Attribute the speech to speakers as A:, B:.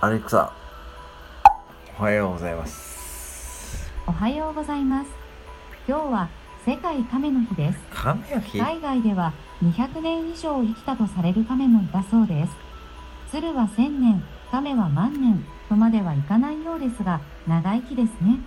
A: アレクサおはようございます
B: おはようございます。今日は世界亀の日です。
A: 神の日
B: 海外では200年以上生きたとされる亀もいたそうです。鶴は1000年、亀は万年とまではいかないようですが、長生きですね。